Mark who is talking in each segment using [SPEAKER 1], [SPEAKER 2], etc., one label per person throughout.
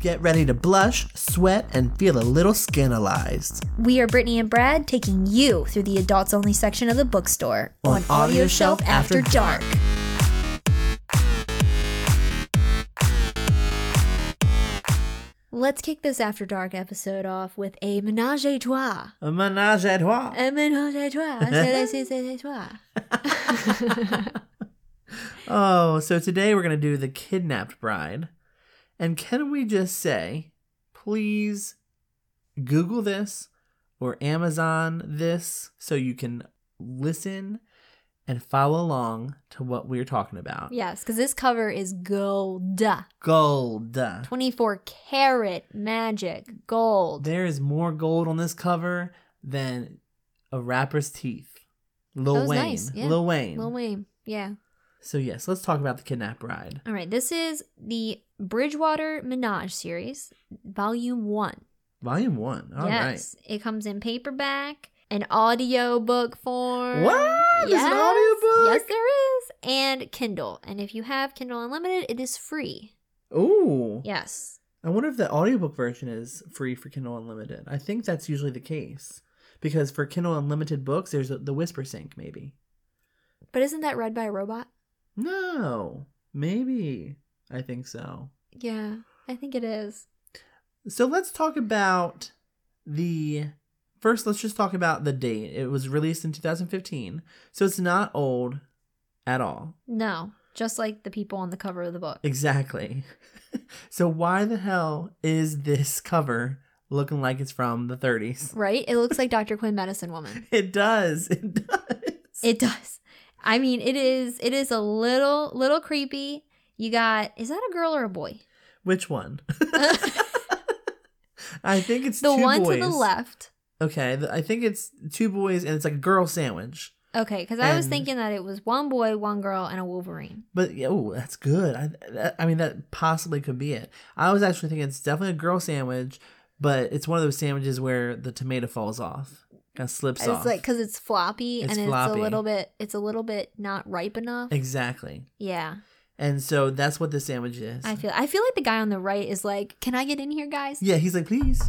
[SPEAKER 1] Get ready to blush, sweat, and feel a little scandalized.
[SPEAKER 2] We are Brittany and Brad taking you through the adults only section of the bookstore
[SPEAKER 1] On Audio Shelf After
[SPEAKER 2] dark. Let's kick this After Dark episode off with a menage a trois.
[SPEAKER 1] A menage a trois.
[SPEAKER 2] A menage a trois. C'est la saison des trois.
[SPEAKER 1] Oh, so today we're going to do The Kidnapped Bride. And can we just say, please Google this or Amazon this so you can listen and follow along to what we're talking about.
[SPEAKER 2] Yes, because this cover is gold.
[SPEAKER 1] Gold.
[SPEAKER 2] 24 karat magic gold.
[SPEAKER 1] There is more gold on this cover than a rapper's teeth.
[SPEAKER 2] That
[SPEAKER 1] Lil
[SPEAKER 2] was
[SPEAKER 1] Wayne.
[SPEAKER 2] nice, yeah.
[SPEAKER 1] Lil Wayne.
[SPEAKER 2] Lil Wayne. Yeah.
[SPEAKER 1] So yes, let's talk about the kidnapped bride.
[SPEAKER 2] All right. This is the Bridgewater Menage series, volume one.
[SPEAKER 1] Volume one. All right.
[SPEAKER 2] yes. It comes in paperback, an audio book form.
[SPEAKER 1] What? There's an audiobook?
[SPEAKER 2] Yes, there is. And Kindle. And if you have Kindle Unlimited, it is free.
[SPEAKER 1] Ooh.
[SPEAKER 2] Yes.
[SPEAKER 1] I wonder if the audiobook version is free for Kindle Unlimited. I think that's usually the case. Because for Kindle Unlimited books, there's the Whisper Sync, maybe.
[SPEAKER 2] But isn't that read by a robot?
[SPEAKER 1] No. Maybe. I think so.
[SPEAKER 2] Yeah, I think it is.
[SPEAKER 1] So let's talk about the first. Let's just talk about the date. It was released in 2015, so it's not old at all.
[SPEAKER 2] No, just like the people on the cover of the book.
[SPEAKER 1] Exactly. so why the hell is this cover looking like it's from the 30s?
[SPEAKER 2] Right? It looks like Dr. Quinn Medicine Woman.
[SPEAKER 1] It does. It does.
[SPEAKER 2] It does. I mean, it is it is a little little creepy. You got is that a girl or a boy?
[SPEAKER 1] Which one?
[SPEAKER 2] the
[SPEAKER 1] I think it's two
[SPEAKER 2] one
[SPEAKER 1] boys.
[SPEAKER 2] to the left.
[SPEAKER 1] Okay, th- I think it's two boys and it's like a girl sandwich.
[SPEAKER 2] Okay, because I was
[SPEAKER 1] And-
[SPEAKER 2] thinking that it was one boy, one girl, and a Wolverine.
[SPEAKER 1] But yeah, oh, that's good. I that, I mean that possibly could be it. I was actually thinking it's definitely a girl sandwich, but it's one of those sandwiches where the tomato falls off, kind of slips off.
[SPEAKER 2] It's like because it's floppy
[SPEAKER 1] It's
[SPEAKER 2] and it's
[SPEAKER 1] floppy.
[SPEAKER 2] a little bit it's a little bit not ripe enough.
[SPEAKER 1] exactly,
[SPEAKER 2] yeah,
[SPEAKER 1] and so that's what the sandwich is.
[SPEAKER 2] I feel I feel like the guy on the right is like, "Can I get in here, guys?
[SPEAKER 1] yeah, he's like, please.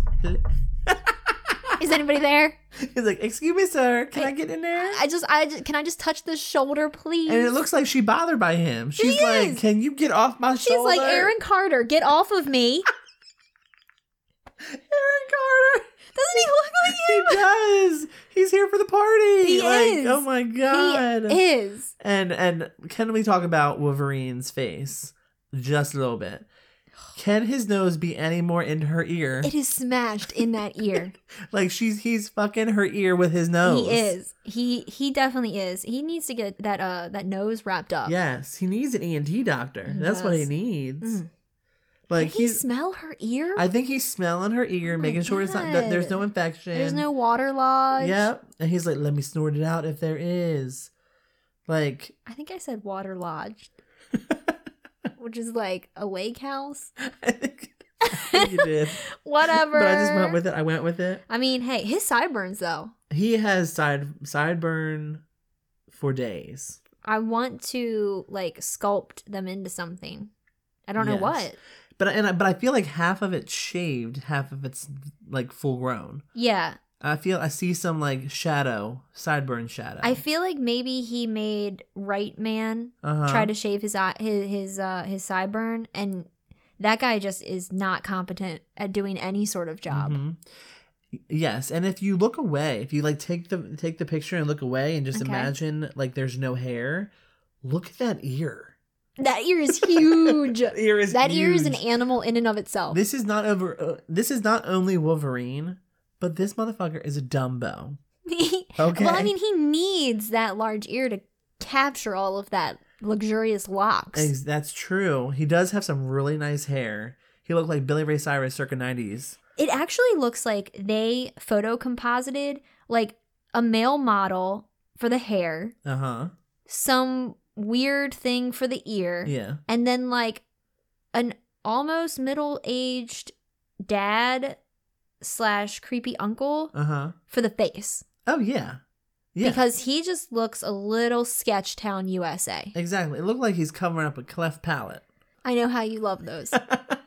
[SPEAKER 2] Is anybody there?
[SPEAKER 1] He's like, excuse me, sir. Can I, get in there?
[SPEAKER 2] I just I just, can I just touch this shoulder, please?"
[SPEAKER 1] and it looks like she bothered by him. She's like,
[SPEAKER 2] is.
[SPEAKER 1] can you get off my
[SPEAKER 2] She's
[SPEAKER 1] shoulder?
[SPEAKER 2] like, "Aaron Carter, get off of me."
[SPEAKER 1] Aaron Carter.
[SPEAKER 2] Doesn't he look like
[SPEAKER 1] He does. He's here for the party.
[SPEAKER 2] He
[SPEAKER 1] like,
[SPEAKER 2] is.
[SPEAKER 1] oh my god.
[SPEAKER 2] He is.
[SPEAKER 1] And and can we talk about Wolverine's face just a little bit? Can his nose be any more into her ear?
[SPEAKER 2] It is smashed in that ear.
[SPEAKER 1] Like she's he's fucking her ear with his nose.
[SPEAKER 2] He is. He he definitely is. He needs to get that uh that nose wrapped up.
[SPEAKER 1] Yes, he needs an ENT doctor.
[SPEAKER 2] He
[SPEAKER 1] That's what he
[SPEAKER 2] does.
[SPEAKER 1] needs.
[SPEAKER 2] Mm. Can
[SPEAKER 1] Like
[SPEAKER 2] he
[SPEAKER 1] he's
[SPEAKER 2] smell her ear?
[SPEAKER 1] I think he's smelling her ear,
[SPEAKER 2] Oh my
[SPEAKER 1] making sure it's not
[SPEAKER 2] God.
[SPEAKER 1] that there's no infection.
[SPEAKER 2] There's no water lodge.
[SPEAKER 1] Yep. And he's like, let me snort it out if there is. Like
[SPEAKER 2] I think I said water lodged, which is like a lake house.
[SPEAKER 1] I think, I think you did.
[SPEAKER 2] Whatever.
[SPEAKER 1] But I just went with it. I went with it.
[SPEAKER 2] I mean, hey, his sideburns though.
[SPEAKER 1] He has side sideburn for days.
[SPEAKER 2] I want to like sculpt them into something. I don't know
[SPEAKER 1] Yes.
[SPEAKER 2] what.
[SPEAKER 1] But I- and I, but I feel like half of it's shaved, half of it's like full grown.
[SPEAKER 2] Yeah,
[SPEAKER 1] I feel I see some like shadow sideburn shadow.
[SPEAKER 2] I feel like maybe he made Right Man
[SPEAKER 1] uh
[SPEAKER 2] try to shave his eye, his his uh, his sideburn, and that guy just is not competent at doing any sort of job.
[SPEAKER 1] Mm-hmm. Yes, and if you look away, if you like take the take the picture and look away and just
[SPEAKER 2] Okay.
[SPEAKER 1] imagine like there's no hair, look at that ear.
[SPEAKER 2] That ear is huge.
[SPEAKER 1] Mm-hmm. that ear is
[SPEAKER 2] that ear is an
[SPEAKER 1] huge.
[SPEAKER 2] animal in and of itself.
[SPEAKER 1] This is not over. Uh, this is not only Wolverine, but this motherfucker is a Dumbo. Okay.
[SPEAKER 2] Well, I mean, he needs that large ear to capture all of that luxurious locks.
[SPEAKER 1] Ex- that's true. He does have some really nice hair. He looked like Billy Ray Cyrus circa nineties.
[SPEAKER 2] It actually looks like they photo composited like a male model for the hair,
[SPEAKER 1] Uh huh.
[SPEAKER 2] some weird thing for the ear.
[SPEAKER 1] Yeah.
[SPEAKER 2] and then like an almost middle-aged dad slash creepy uncle
[SPEAKER 1] Uh huh.
[SPEAKER 2] for the face
[SPEAKER 1] Oh yeah. Yeah.
[SPEAKER 2] because he just looks a little sketch town usa
[SPEAKER 1] exactly. It looked like he's covering up a cleft palate.
[SPEAKER 2] i know how you love those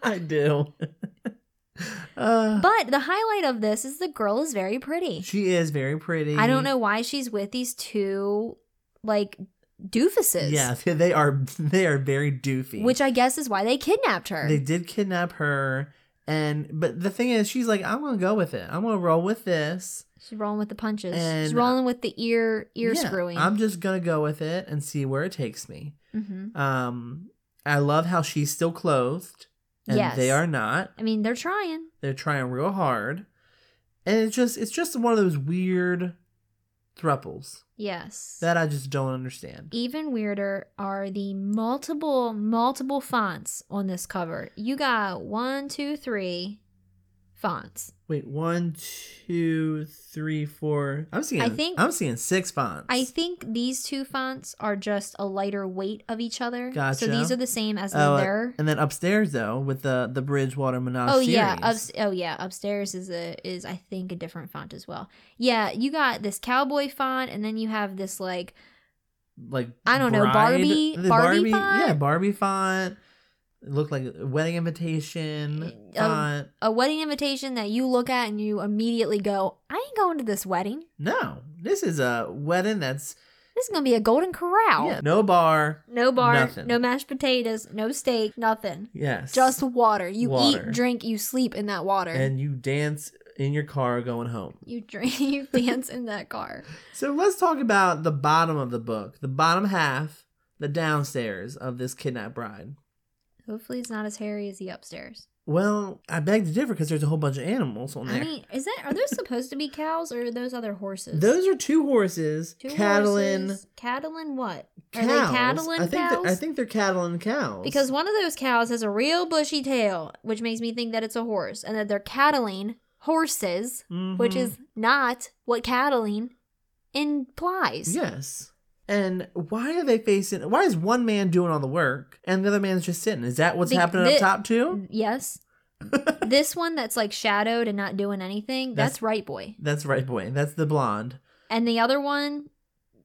[SPEAKER 1] I do. Uh,
[SPEAKER 2] But the highlight of this is the girl is very pretty.
[SPEAKER 1] she is very pretty.
[SPEAKER 2] I don't know why she's with these two like doofuses.
[SPEAKER 1] Yeah, they are they are very doofy.
[SPEAKER 2] Which I guess is why they kidnapped her.
[SPEAKER 1] they did kidnap her, and but the thing is, she's like, I'm gonna go with it. I'm gonna roll with this.
[SPEAKER 2] She's rolling with the punches. She's
[SPEAKER 1] And- uh,
[SPEAKER 2] rolling with the ear ear
[SPEAKER 1] Yeah,
[SPEAKER 2] screwing.
[SPEAKER 1] I'm just gonna go with it and see where it takes me.
[SPEAKER 2] hmm
[SPEAKER 1] Um, I love how she's still clothed, and
[SPEAKER 2] Yes.
[SPEAKER 1] they are not.
[SPEAKER 2] I mean, they're trying.
[SPEAKER 1] They're trying real hard, and it's just it's just one of those weird thruples
[SPEAKER 2] Yes.
[SPEAKER 1] that I just don't understand.
[SPEAKER 2] Even weirder are the multiple multiple fonts on this cover. You got one, two, three fonts.
[SPEAKER 1] Wait, one, two, three, four. I'm seeing.
[SPEAKER 2] I think-
[SPEAKER 1] I'm seeing six fonts.
[SPEAKER 2] I think these two fonts are just a lighter weight of each other. So
[SPEAKER 1] Gotcha.
[SPEAKER 2] these are the same as
[SPEAKER 1] Oh,
[SPEAKER 2] their.
[SPEAKER 1] And then upstairs though, with the the Bridgewater Menage
[SPEAKER 2] Oh
[SPEAKER 1] series.
[SPEAKER 2] yeah, ups, oh yeah. Upstairs is a is I think a different font as well. Yeah, you got this cowboy font, and then you have this like
[SPEAKER 1] like
[SPEAKER 2] I don't know, Barbie-
[SPEAKER 1] the
[SPEAKER 2] Barbie font?
[SPEAKER 1] yeah, Barbie font. It looked like a wedding invitation
[SPEAKER 2] Uh,
[SPEAKER 1] font.
[SPEAKER 2] a wedding invitation that you look at and you immediately go, I ain't going to this wedding.
[SPEAKER 1] No, this is a wedding that's
[SPEAKER 2] This is gonna be a golden corral.
[SPEAKER 1] yeah, no bar.
[SPEAKER 2] No bar,
[SPEAKER 1] Nothing.
[SPEAKER 2] no mashed potatoes, no steak, nothing.
[SPEAKER 1] Yes,
[SPEAKER 2] Just water. You
[SPEAKER 1] Water.
[SPEAKER 2] eat, drink, you sleep in that water.
[SPEAKER 1] and you dance in your car going home.
[SPEAKER 2] you drink, you dance in that car.
[SPEAKER 1] So let's talk about the bottom of the book, the bottom half, the downstairs of this kidnapped bride.
[SPEAKER 2] Hopefully, it's not as hairy as the upstairs.
[SPEAKER 1] Well, I beg to differ because there's a whole bunch of animals on there.
[SPEAKER 2] I mean, is that are those supposed to be cows or are those other horses?
[SPEAKER 1] Those are two horses,
[SPEAKER 2] Two
[SPEAKER 1] cattle and
[SPEAKER 2] horses. cattle and what?
[SPEAKER 1] cows.
[SPEAKER 2] Are they cattle
[SPEAKER 1] I
[SPEAKER 2] and
[SPEAKER 1] think they're-
[SPEAKER 2] cows?
[SPEAKER 1] I think they're cattle and cows.
[SPEAKER 2] because one of those cows has a real bushy tail, which makes me think that it's a horse, and that they're cattling horses, which
[SPEAKER 1] Mhm.
[SPEAKER 2] is not what cattling implies.
[SPEAKER 1] yes. And why are they facing? Why is one man doing all the work and the other man's just sitting? Is that what's
[SPEAKER 2] Be-
[SPEAKER 1] happening
[SPEAKER 2] the-
[SPEAKER 1] up top too?
[SPEAKER 2] Mm, Yes. this one that's like shadowed and not doing anything, that's,
[SPEAKER 1] That's-
[SPEAKER 2] Right Boy.
[SPEAKER 1] That's right, boy. That's the blonde.
[SPEAKER 2] And the other one,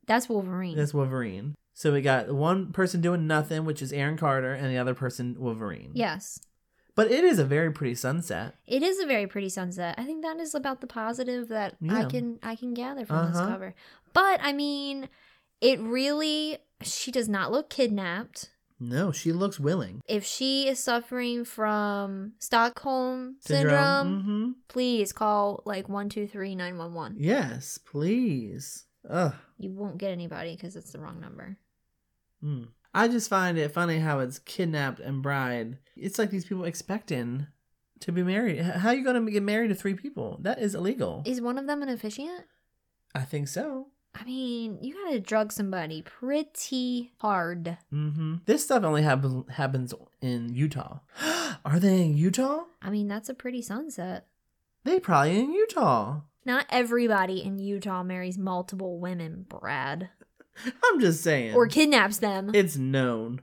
[SPEAKER 2] that's Wolverine.
[SPEAKER 1] That's Wolverine. So we got one person doing nothing, which is Aaron Carter, and the other person Wolverine.
[SPEAKER 2] yes.
[SPEAKER 1] But it is a very pretty sunset.
[SPEAKER 2] It is a very pretty sunset. I think that is about the positive that I
[SPEAKER 1] Yeah.
[SPEAKER 2] can I can gather from this
[SPEAKER 1] Uh-huh.
[SPEAKER 2] cover. But I mean, it really she does not look kidnapped.
[SPEAKER 1] No, she looks willing.
[SPEAKER 2] If she is suffering from Stockholm syndrome,
[SPEAKER 1] hmm
[SPEAKER 2] please call like one two three nine one one.
[SPEAKER 1] Yes, please. Ugh.
[SPEAKER 2] You won't get anybody because it's the wrong number.
[SPEAKER 1] Hmm. I just find it funny how it's kidnapped and bride. It's like these people expecting to be married. H- How you going to get married to three people? That is illegal.
[SPEAKER 2] Is one of them an officiant?
[SPEAKER 1] I think so.
[SPEAKER 2] I mean, you gotta drug somebody pretty hard.
[SPEAKER 1] hmm This stuff only happens happens in Utah. Are they in Utah?
[SPEAKER 2] I mean, that's a pretty sunset.
[SPEAKER 1] They probably in Utah.
[SPEAKER 2] Not everybody in Utah marries multiple women, Brad,
[SPEAKER 1] I'm just saying.
[SPEAKER 2] or kidnaps them.
[SPEAKER 1] it's known.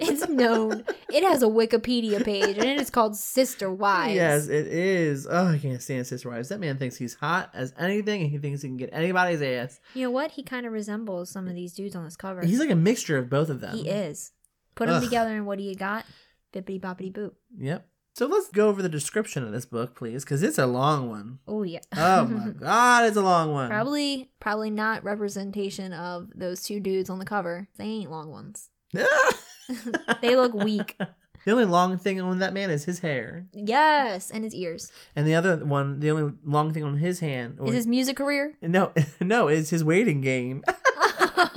[SPEAKER 2] It's known. It has a Wikipedia page, and it is called Sister Wives.
[SPEAKER 1] Yes, it is. Oh, I can't stand Sister Wives. That man thinks he's hot as anything, and he thinks he can get anybody's ass.
[SPEAKER 2] You know what? He kind of resembles some of these dudes on this cover.
[SPEAKER 1] He's like a mixture of both of them.
[SPEAKER 2] he is. Put them
[SPEAKER 1] Ugh.
[SPEAKER 2] together, and what do you got? Bippity boppity boop.
[SPEAKER 1] Yep. So let's go over the description of this book, please, because it's a long one.
[SPEAKER 2] Oh yeah.
[SPEAKER 1] Oh my god, it's a long one.
[SPEAKER 2] Probably, probably not representation of those two dudes on the cover. They ain't long ones. They look weak.
[SPEAKER 1] The only long thing on that man is his hair,
[SPEAKER 2] Yes, and his ears.
[SPEAKER 1] and the other one, the only long thing on his hand, or
[SPEAKER 2] Is his music career?
[SPEAKER 1] no, no, is his waiting game,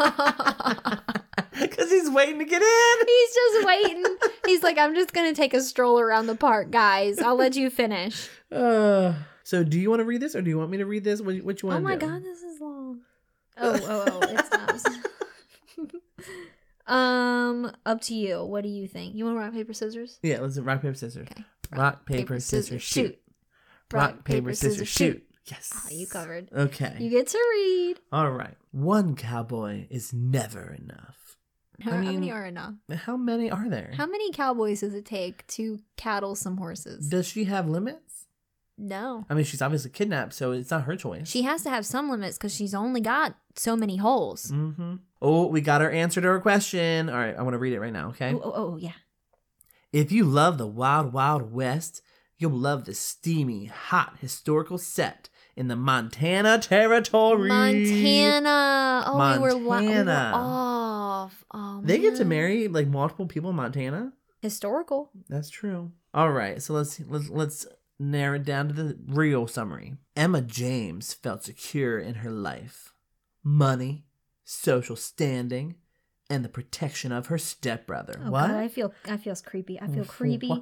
[SPEAKER 1] because he's waiting to get in.
[SPEAKER 2] He's just waiting. He's like, I'm just gonna take a stroll around the park, guys. I'll let you finish.
[SPEAKER 1] Uh, so, do you want to read this, or do you want me to read this? What, what you want?
[SPEAKER 2] Oh my
[SPEAKER 1] do?
[SPEAKER 2] god, this is long. Oh, oh, oh, it's not. um, up to you. What do you think? You want rock paper scissors?
[SPEAKER 1] Yeah, let's do rock paper scissors.
[SPEAKER 2] Okay.
[SPEAKER 1] Rock, paper, scissors, shoot. Rock paper scissors shoot. Yes.
[SPEAKER 2] Oh, you covered.
[SPEAKER 1] Okay.
[SPEAKER 2] You get to read.
[SPEAKER 1] All right. One cowboy is never enough.
[SPEAKER 2] How,
[SPEAKER 1] I
[SPEAKER 2] how many
[SPEAKER 1] mean- eh.
[SPEAKER 2] are enough?
[SPEAKER 1] How many are there?
[SPEAKER 2] How many cowboys does it take to cattle some horses?
[SPEAKER 1] Does she have limits?
[SPEAKER 2] no.
[SPEAKER 1] I mean, she's obviously kidnapped, so it's not her choice.
[SPEAKER 2] She has to have some limits because she's only got so many holes.
[SPEAKER 1] Mm-hmm. Oh, we got our answer to our question. All right, I want to read it right now, okay?
[SPEAKER 2] Oh, oh, oh, yeah.
[SPEAKER 1] If you love the wild, wild west, You'll love the steamy, hot historical set in the Montana territory.
[SPEAKER 2] Montana. Oh, we were, li- we were
[SPEAKER 1] Montana.
[SPEAKER 2] off. Oh,
[SPEAKER 1] They get to
[SPEAKER 2] man.
[SPEAKER 1] marry like multiple people in Montana.
[SPEAKER 2] Historical.
[SPEAKER 1] That's true. All right, so let's let's let's narrow it down to the real summary. Emma James felt secure in her life, money, social standing, and the protection of her stepbrother.
[SPEAKER 2] Oh,
[SPEAKER 1] what?
[SPEAKER 2] God, I feel. I feel creepy. I feel creepy.
[SPEAKER 1] Why,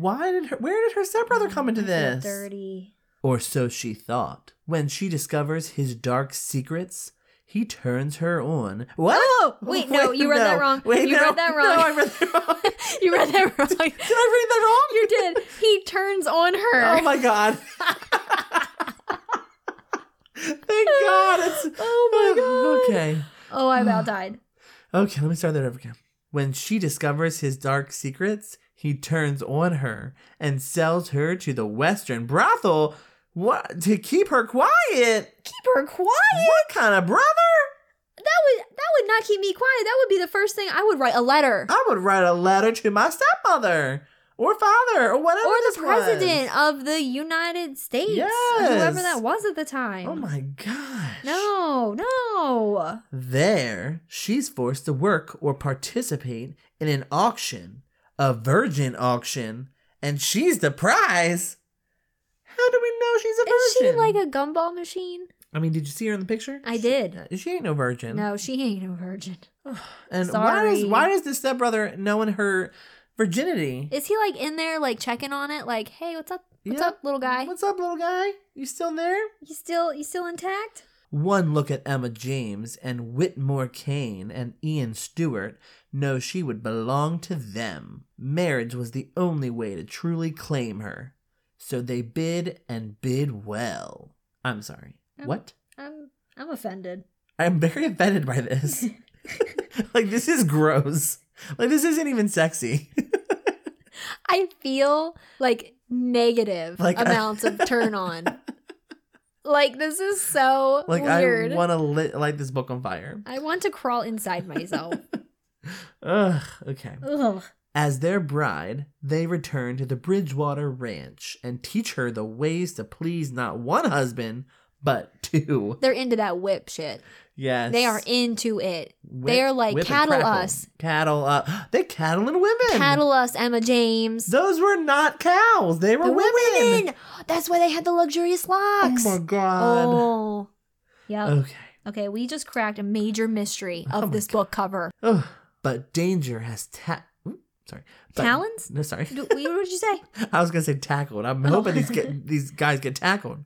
[SPEAKER 1] why did her? Where did her stepbrother come into
[SPEAKER 2] I feel
[SPEAKER 1] this?
[SPEAKER 2] Dirty.
[SPEAKER 1] Or so she thought. When she discovers his dark secrets, he turns her on. Whoa!
[SPEAKER 2] Oh, Wait, no, you read that wrong.
[SPEAKER 1] Wait,
[SPEAKER 2] You
[SPEAKER 1] no,
[SPEAKER 2] read that wrong.
[SPEAKER 1] No, I read that wrong.
[SPEAKER 2] You read that
[SPEAKER 1] Did I read
[SPEAKER 2] wrong.
[SPEAKER 1] that wrong?
[SPEAKER 2] you did. He turns on her.
[SPEAKER 1] Oh my god. Thank God. It's
[SPEAKER 2] Oh my God.
[SPEAKER 1] Okay.
[SPEAKER 2] Oh, I about died.
[SPEAKER 1] Okay, let me start that over again. When she discovers his dark secrets, he turns on her and sells her to the Western brothel what to keep her quiet.
[SPEAKER 2] Keep her quiet.
[SPEAKER 1] What kind of brother?
[SPEAKER 2] That would that would not keep me quiet. That would be the first thing I would write a letter.
[SPEAKER 1] I would write a letter to my stepmother or father or whatever.
[SPEAKER 2] or
[SPEAKER 1] this
[SPEAKER 2] the
[SPEAKER 1] was.
[SPEAKER 2] president of the United States. Whoever
[SPEAKER 1] Yes.
[SPEAKER 2] that was at the time.
[SPEAKER 1] Oh my gosh.
[SPEAKER 2] No, no.
[SPEAKER 1] There, she's forced to work or participate in an auction, a virgin auction, and she's the prize. How do we know she's a
[SPEAKER 2] Is she
[SPEAKER 1] virgin?
[SPEAKER 2] like a gumball machine?
[SPEAKER 1] I mean, did you see her in the picture?
[SPEAKER 2] I
[SPEAKER 1] She-
[SPEAKER 2] did.
[SPEAKER 1] She ain't no virgin.
[SPEAKER 2] No, she ain't a virgin.
[SPEAKER 1] And why
[SPEAKER 2] sorry.
[SPEAKER 1] is why is the stepbrother knowing her virginity?
[SPEAKER 2] Is he like in there, like checking on it, like, hey, what's up? What's
[SPEAKER 1] Yeah.
[SPEAKER 2] up, little guy?
[SPEAKER 1] What's up, little guy? You still there?
[SPEAKER 2] You still you still intact?
[SPEAKER 1] One look at Emma James and Whitmore Kane and Ian Stewart knows she would belong to them. Marriage was the only way to truly claim her. So they bid and bid well. I'm sorry.
[SPEAKER 2] Um.
[SPEAKER 1] What?
[SPEAKER 2] I'm I'm offended.
[SPEAKER 1] I'm very offended by this. like, this is gross. Like, this isn't even sexy.
[SPEAKER 2] I feel like negative
[SPEAKER 1] Like, I-
[SPEAKER 2] amounts of turn on. Like this is so
[SPEAKER 1] like,
[SPEAKER 2] weird.
[SPEAKER 1] I want to lit- light this book on fire.
[SPEAKER 2] I want to crawl inside myself.
[SPEAKER 1] Ugh, okay.
[SPEAKER 2] Ugh.
[SPEAKER 1] As their bride, they return to the Bridgewater Ranch and teach her the ways to please not one husband, but two.
[SPEAKER 2] They're into that whip shit.
[SPEAKER 1] Yes.
[SPEAKER 2] They are into it.
[SPEAKER 1] Whip-
[SPEAKER 2] they are like
[SPEAKER 1] whip and
[SPEAKER 2] cattle
[SPEAKER 1] crackle.
[SPEAKER 2] us.
[SPEAKER 1] Cattle up. They cattling women.
[SPEAKER 2] Cattle us, Emma James.
[SPEAKER 1] Those were not cows. They were
[SPEAKER 2] They were
[SPEAKER 1] women.
[SPEAKER 2] women. That's why they had the luxurious
[SPEAKER 1] Oh
[SPEAKER 2] locks.
[SPEAKER 1] my god.
[SPEAKER 2] Oh. Yep.
[SPEAKER 1] Okay.
[SPEAKER 2] Okay, we just cracked a major mystery
[SPEAKER 1] Oh
[SPEAKER 2] of
[SPEAKER 1] my
[SPEAKER 2] this book cover.
[SPEAKER 1] Ugh. But danger has ta- Ooh, sorry. But-
[SPEAKER 2] Talons?
[SPEAKER 1] No, sorry.
[SPEAKER 2] Do, we- what did you say?
[SPEAKER 1] I was gonna say tackled. I'm
[SPEAKER 2] Oh.
[SPEAKER 1] hoping these get, these guys get tackled.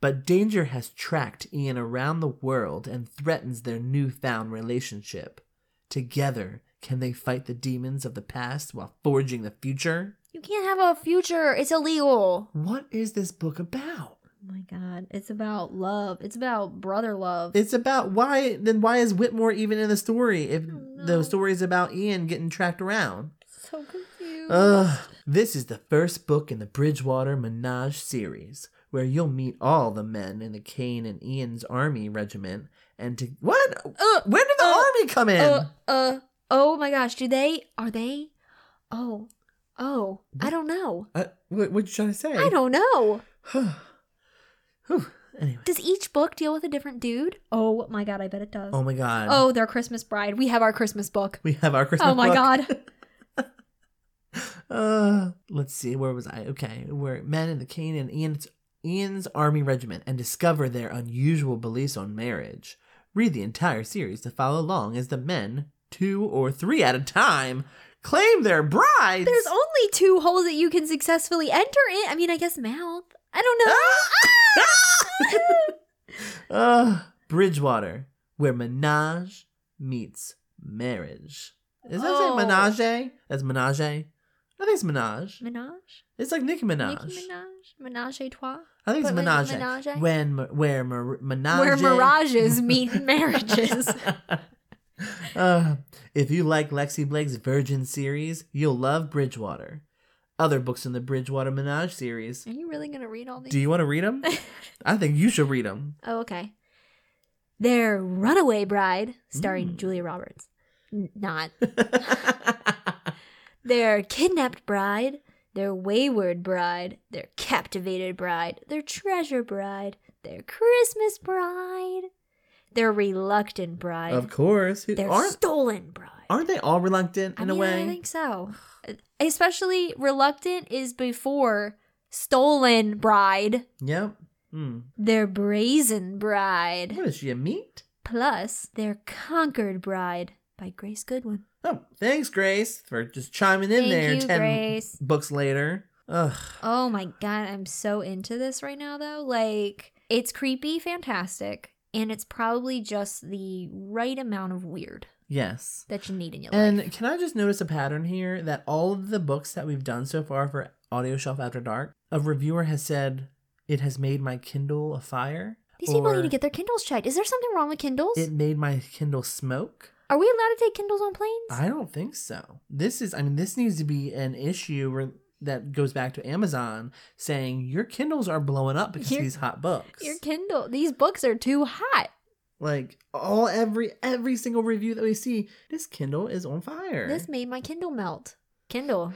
[SPEAKER 1] But danger has tracked Ian around the world and threatens their newfound relationship. Together, can they fight the demons of the past while forging the future?
[SPEAKER 2] You can't have a future. It's illegal.
[SPEAKER 1] What is this book about?
[SPEAKER 2] Oh my god. It's about love. It's about brother love.
[SPEAKER 1] It's about why then why is Whitmore even in the story if
[SPEAKER 2] Oh, no.
[SPEAKER 1] the story is about Ian getting tracked around?
[SPEAKER 2] so confused.
[SPEAKER 1] Ugh. This is the first book in the Bridgewater Menage series, where you'll meet all the men in the Kane and Ian's army regiment. And to what?
[SPEAKER 2] Uh,
[SPEAKER 1] When did the
[SPEAKER 2] uh,
[SPEAKER 1] army come in?
[SPEAKER 2] uh, uh, oh my gosh. Do they? Are they? Oh. Oh. I don't know.
[SPEAKER 1] Uh, what what you trying to say?
[SPEAKER 2] I don't know.
[SPEAKER 1] Whew. anyway.
[SPEAKER 2] Does each book deal with a different dude? Oh my god. I bet it does.
[SPEAKER 1] Oh my god.
[SPEAKER 2] Oh, their Christmas bride. We have our Christmas book.
[SPEAKER 1] We have our Christmas.
[SPEAKER 2] Oh my
[SPEAKER 1] book.
[SPEAKER 2] god.
[SPEAKER 1] Uh, let's see. Where was I? Okay, where men in the Kane and Ian's, Ian's army regiment and discover their unusual beliefs on marriage. Read the entire series to follow along as the men, two or three at a time, claim their brides.
[SPEAKER 2] There's only two holes that you can successfully enter in. I mean, I guess mouth. I don't
[SPEAKER 1] Ah!
[SPEAKER 2] know.
[SPEAKER 1] uh, Ah! Bridgewater, where menage meets marriage. Is that
[SPEAKER 2] Oh.
[SPEAKER 1] say menage? That's menage. I think it's menage.
[SPEAKER 2] Menage?
[SPEAKER 1] It's like Nicki Minaj.
[SPEAKER 2] Nicki Minaj? Menage a trois?
[SPEAKER 1] I think it's
[SPEAKER 2] But when-
[SPEAKER 1] menage.
[SPEAKER 2] menage?
[SPEAKER 1] When where mer, menage?
[SPEAKER 2] Where mirages meet marriages.
[SPEAKER 1] Uh, if you like Lexi Blake's Virgin series, you'll love Bridgewater. Other books in the Bridgewater Menage series.
[SPEAKER 2] Are you really going to read all these?
[SPEAKER 1] Do you want to read them? I think you should read them.
[SPEAKER 2] oh, okay. Their Runaway Bride, starring
[SPEAKER 1] Mm.
[SPEAKER 2] Julia Roberts. N- not. Their Kidnapped Bride, their wayward bride, their captivated bride, their treasure bride, their Christmas bride, their reluctant bride,
[SPEAKER 1] Of course. Who-
[SPEAKER 2] their
[SPEAKER 1] Aren't,
[SPEAKER 2] stolen bride.
[SPEAKER 1] aren't they all reluctant in
[SPEAKER 2] I mean,
[SPEAKER 1] a way?
[SPEAKER 2] I think so. Especially reluctant is before stolen bride,
[SPEAKER 1] Yep. Mm.
[SPEAKER 2] their brazen bride,
[SPEAKER 1] What is she, a meat?
[SPEAKER 2] plus their conquered bride by Grace Goodwin.
[SPEAKER 1] Oh, thanks, Grace, for just chiming in
[SPEAKER 2] Thank
[SPEAKER 1] there
[SPEAKER 2] you,
[SPEAKER 1] 10
[SPEAKER 2] Grace.
[SPEAKER 1] books later. Ugh.
[SPEAKER 2] Oh my god, I'm so into this right now though. Like it's creepy, fantastic, and it's probably just the right amount of weird
[SPEAKER 1] Yes.
[SPEAKER 2] that you need in your life.
[SPEAKER 1] And can I just notice a pattern here that all of the books that we've done so far for Audio Shelf After Dark, a reviewer has said, It has made my Kindle afire.
[SPEAKER 2] These people need
[SPEAKER 1] or,
[SPEAKER 2] to get their Kindles checked. Is there something wrong with Kindles?
[SPEAKER 1] It made my Kindle smoke.
[SPEAKER 2] Are we allowed to take Kindles on planes?
[SPEAKER 1] I don't think so. This is, I mean, this needs to be an issue where, that goes back to Amazon saying your Kindles are blowing up because
[SPEAKER 2] Your-
[SPEAKER 1] of these hot books.
[SPEAKER 2] Your Kindle, these books are too hot.
[SPEAKER 1] like all every every single review that we see, this Kindle is on fire.
[SPEAKER 2] This made my Kindle melt. Kindle,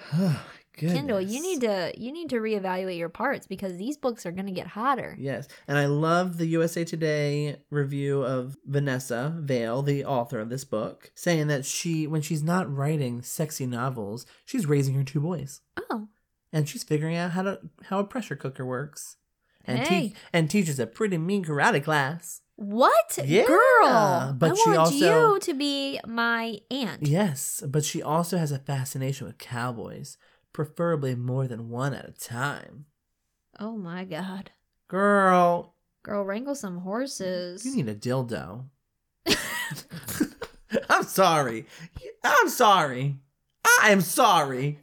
[SPEAKER 2] Kindle,
[SPEAKER 1] Kindle,
[SPEAKER 2] you need to you need to reevaluate your parts because these books are going to get hotter.
[SPEAKER 1] Yes. And I love the USA Today review of Vanessa Vale, the author of this book, saying that she, when she's not writing sexy novels, she's raising her two boys.
[SPEAKER 2] Oh,
[SPEAKER 1] And she's figuring out how to how a pressure cooker works. And
[SPEAKER 2] Hey.
[SPEAKER 1] te- and teaches a pretty mean karate class.
[SPEAKER 2] What
[SPEAKER 1] Yeah,
[SPEAKER 2] girl?
[SPEAKER 1] but
[SPEAKER 2] I
[SPEAKER 1] she
[SPEAKER 2] want
[SPEAKER 1] also-
[SPEAKER 2] you to be my aunt.
[SPEAKER 1] Yes, but she also has a fascination with cowboys, preferably more than one at a time.
[SPEAKER 2] Oh my god,
[SPEAKER 1] Girl,
[SPEAKER 2] girl, wrangle some
[SPEAKER 1] Mm,
[SPEAKER 2] horses.
[SPEAKER 1] you need a dildo. I'm sorry. I'm sorry. I am sorry.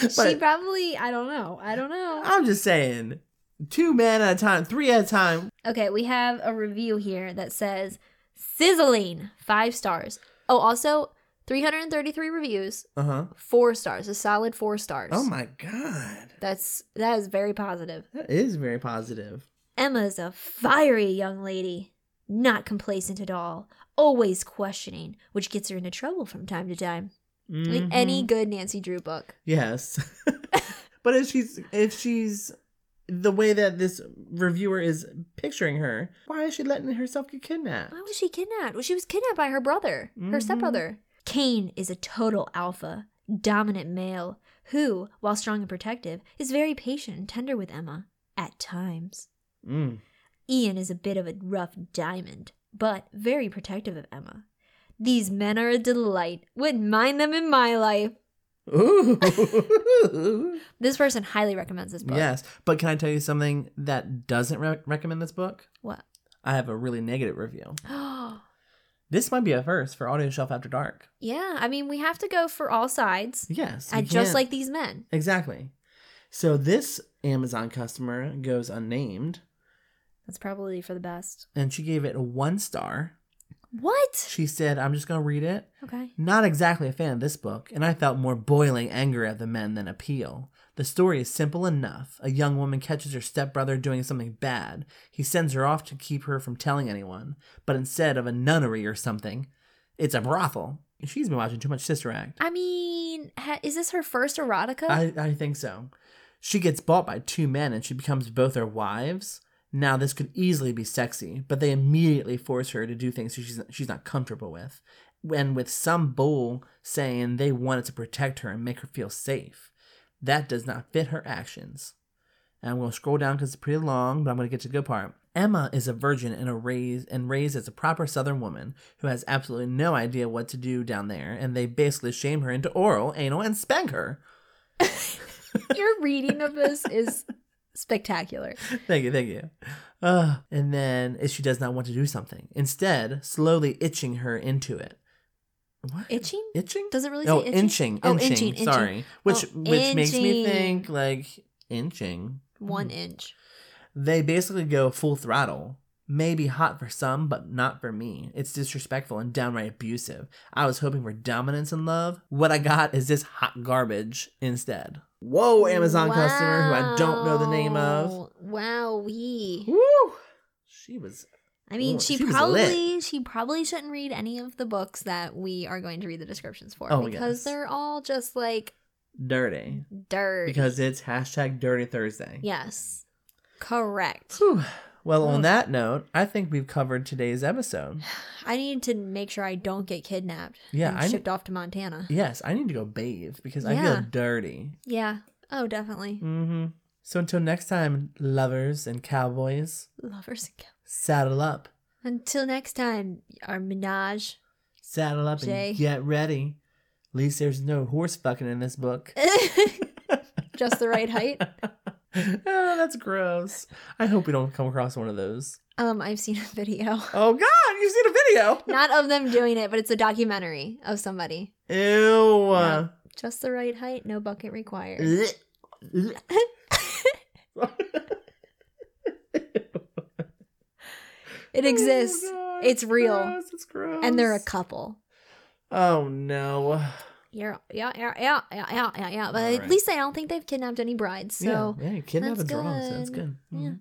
[SPEAKER 2] she
[SPEAKER 1] but-
[SPEAKER 2] probably. I don't know. I don't know.
[SPEAKER 1] I'm just saying, two men at a time, three at a time.
[SPEAKER 2] Okay, we have a review here that says sizzling five stars. Oh, also 333 reviews,
[SPEAKER 1] Uh huh.
[SPEAKER 2] four stars, a solid four stars.
[SPEAKER 1] Oh my god,
[SPEAKER 2] That's that is very positive.
[SPEAKER 1] that is very positive.
[SPEAKER 2] Emma's a fiery young lady, not complacent at all, always questioning, which gets her into trouble from time to time. Like any
[SPEAKER 1] Mhm.
[SPEAKER 2] good Nancy Drew book.
[SPEAKER 1] yes, but if she's if she's the way that this reviewer is picturing her, why is she letting herself get kidnapped?
[SPEAKER 2] Why was she kidnapped? Well, she was kidnapped by her brother, her
[SPEAKER 1] Mhm.
[SPEAKER 2] stepbrother. Cain is a total alpha, dominant male who, while strong and protective, is very patient and tender with Emma at times.
[SPEAKER 1] Mm.
[SPEAKER 2] Ian is a bit of a rough diamond, but very protective of Emma. These men are a delight. Wouldn't mind them in my life.
[SPEAKER 1] Ooh.
[SPEAKER 2] This person highly recommends this book.
[SPEAKER 1] Yes, but can I tell you something that doesn't re- recommend this book?
[SPEAKER 2] What?
[SPEAKER 1] I have a really negative review. This might be a first for Audio Shelf After Dark.
[SPEAKER 2] yeah, I mean, we have to go for all sides,
[SPEAKER 1] Yes,
[SPEAKER 2] and
[SPEAKER 1] you
[SPEAKER 2] just
[SPEAKER 1] can't-
[SPEAKER 2] like these men.
[SPEAKER 1] exactly. So this Amazon customer goes unnamed,
[SPEAKER 2] That's probably for the best.
[SPEAKER 1] and she gave it a one star.
[SPEAKER 2] What?
[SPEAKER 1] She said, "I'm just gonna read it.
[SPEAKER 2] Okay.
[SPEAKER 1] Not exactly a fan of this book, and I felt more boiling anger at the men than appeal. The story is simple enough. A young woman catches her stepbrother doing something bad. He sends her off to keep her from telling anyone, but instead of a nunnery or something, it's a brothel. She's been watching too much Sister Act.
[SPEAKER 2] I mean, ha- is this her first erotica?
[SPEAKER 1] I, I think so. She gets bought by two men and she becomes both their wives. Now, this could easily be sexy, but they immediately force her to do things she's, she's not comfortable with. And with some bull saying they wanted to protect her and make her feel safe. That does not fit her actions. And I'm going to scroll down because it's pretty long, but I'm going to get to the good part. Emma is a virgin and a raised and raised as a proper Southern woman who has absolutely no idea what to do down there, and they basically shame her into oral, anal, and spank her.
[SPEAKER 2] Your reading of this is spectacular.
[SPEAKER 1] thank you, thank you. Uh, and then if she does not want to do something, instead, slowly itching her into it. What?
[SPEAKER 2] Itching?
[SPEAKER 1] Itching?
[SPEAKER 2] Does it really
[SPEAKER 1] oh,
[SPEAKER 2] say itching?
[SPEAKER 1] inching, inching.
[SPEAKER 2] Oh, inching, inching.
[SPEAKER 1] Sorry, which
[SPEAKER 2] Oh,
[SPEAKER 1] which makes me
[SPEAKER 2] inching.
[SPEAKER 1] think like inching. Mm.
[SPEAKER 2] One inch.
[SPEAKER 1] They basically go full throttle. Maybe hot for some, but not for me. It's disrespectful and downright abusive. I was hoping for dominance and love. What I got is this hot garbage instead. Whoa, Oh, Amazon customer who I don't know the name of.
[SPEAKER 2] Wow, we.
[SPEAKER 1] Woo! She was
[SPEAKER 2] I mean,
[SPEAKER 1] Ooh,
[SPEAKER 2] she,
[SPEAKER 1] she was
[SPEAKER 2] probably she probably shouldn't read any of the books that we are going to read the descriptions for
[SPEAKER 1] Oh,
[SPEAKER 2] because
[SPEAKER 1] yes.
[SPEAKER 2] they're all just like
[SPEAKER 1] dirty
[SPEAKER 2] Dirt.
[SPEAKER 1] because it's hashtag Dirty Thursday.
[SPEAKER 2] yes. Correct.
[SPEAKER 1] Whew. Well, on
[SPEAKER 2] Ugh.
[SPEAKER 1] that note, I think we've covered today's episode.
[SPEAKER 2] I need to make sure I don't get kidnapped.
[SPEAKER 1] Yeah,
[SPEAKER 2] and
[SPEAKER 1] I-
[SPEAKER 2] shipped off to Montana.
[SPEAKER 1] Yes, I need to go bathe because I
[SPEAKER 2] Yeah.
[SPEAKER 1] feel dirty.
[SPEAKER 2] Yeah. Oh, definitely.
[SPEAKER 1] Mm-hmm. So until next time, lovers and cowboys,
[SPEAKER 2] Lovers and cow-
[SPEAKER 1] saddle up,
[SPEAKER 2] Until next time, our menage.
[SPEAKER 1] saddle up,
[SPEAKER 2] Jay.
[SPEAKER 1] and get ready. At least there's no horse fucking in this book.
[SPEAKER 2] Just the right height.
[SPEAKER 1] oh, that's gross. I hope we don't come across one of those.
[SPEAKER 2] Um, I've seen a video.
[SPEAKER 1] Oh God, you've seen a video.
[SPEAKER 2] Not of them doing it, but it's a documentary of somebody.
[SPEAKER 1] Ew.
[SPEAKER 2] Yeah. Just the right height, no bucket required.
[SPEAKER 1] Blech. Blech.
[SPEAKER 2] It
[SPEAKER 1] Oh,
[SPEAKER 2] exists.
[SPEAKER 1] God,
[SPEAKER 2] It's real.
[SPEAKER 1] gross, It's gross.
[SPEAKER 2] and they're a couple.
[SPEAKER 1] Oh no.
[SPEAKER 2] Yeah, yeah, yeah, yeah, yeah, yeah, yeah, yeah. But
[SPEAKER 1] All
[SPEAKER 2] at
[SPEAKER 1] right.
[SPEAKER 2] least I don't think they've kidnapped any brides. So
[SPEAKER 1] yeah, yeah, kidnapping
[SPEAKER 2] that's
[SPEAKER 1] drama. So that's
[SPEAKER 2] good.
[SPEAKER 1] good.
[SPEAKER 2] Yeah.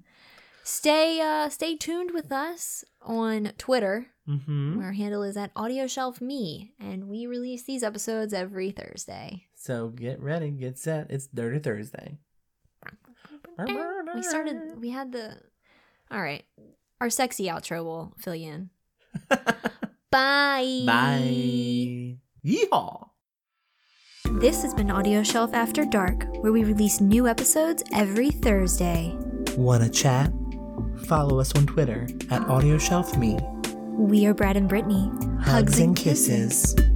[SPEAKER 2] stay uh stay tuned with us on Twitter.
[SPEAKER 1] Mm-hmm.
[SPEAKER 2] Our handle is at Audio Shelf Me, and we release these episodes every Thursday.
[SPEAKER 1] So get ready, get set. It's Dirty Thursday.
[SPEAKER 2] We started we had the all right. Our sexy outro will fill you in. Bye.
[SPEAKER 1] Bye. Yeehaw.
[SPEAKER 2] This has been Audio Shelf After Dark, where we release new episodes every Thursday.
[SPEAKER 1] Wanna chat? Follow us on Twitter at AudioShelfMe.
[SPEAKER 2] We are Brad and Brittany.
[SPEAKER 1] Hugs and kisses.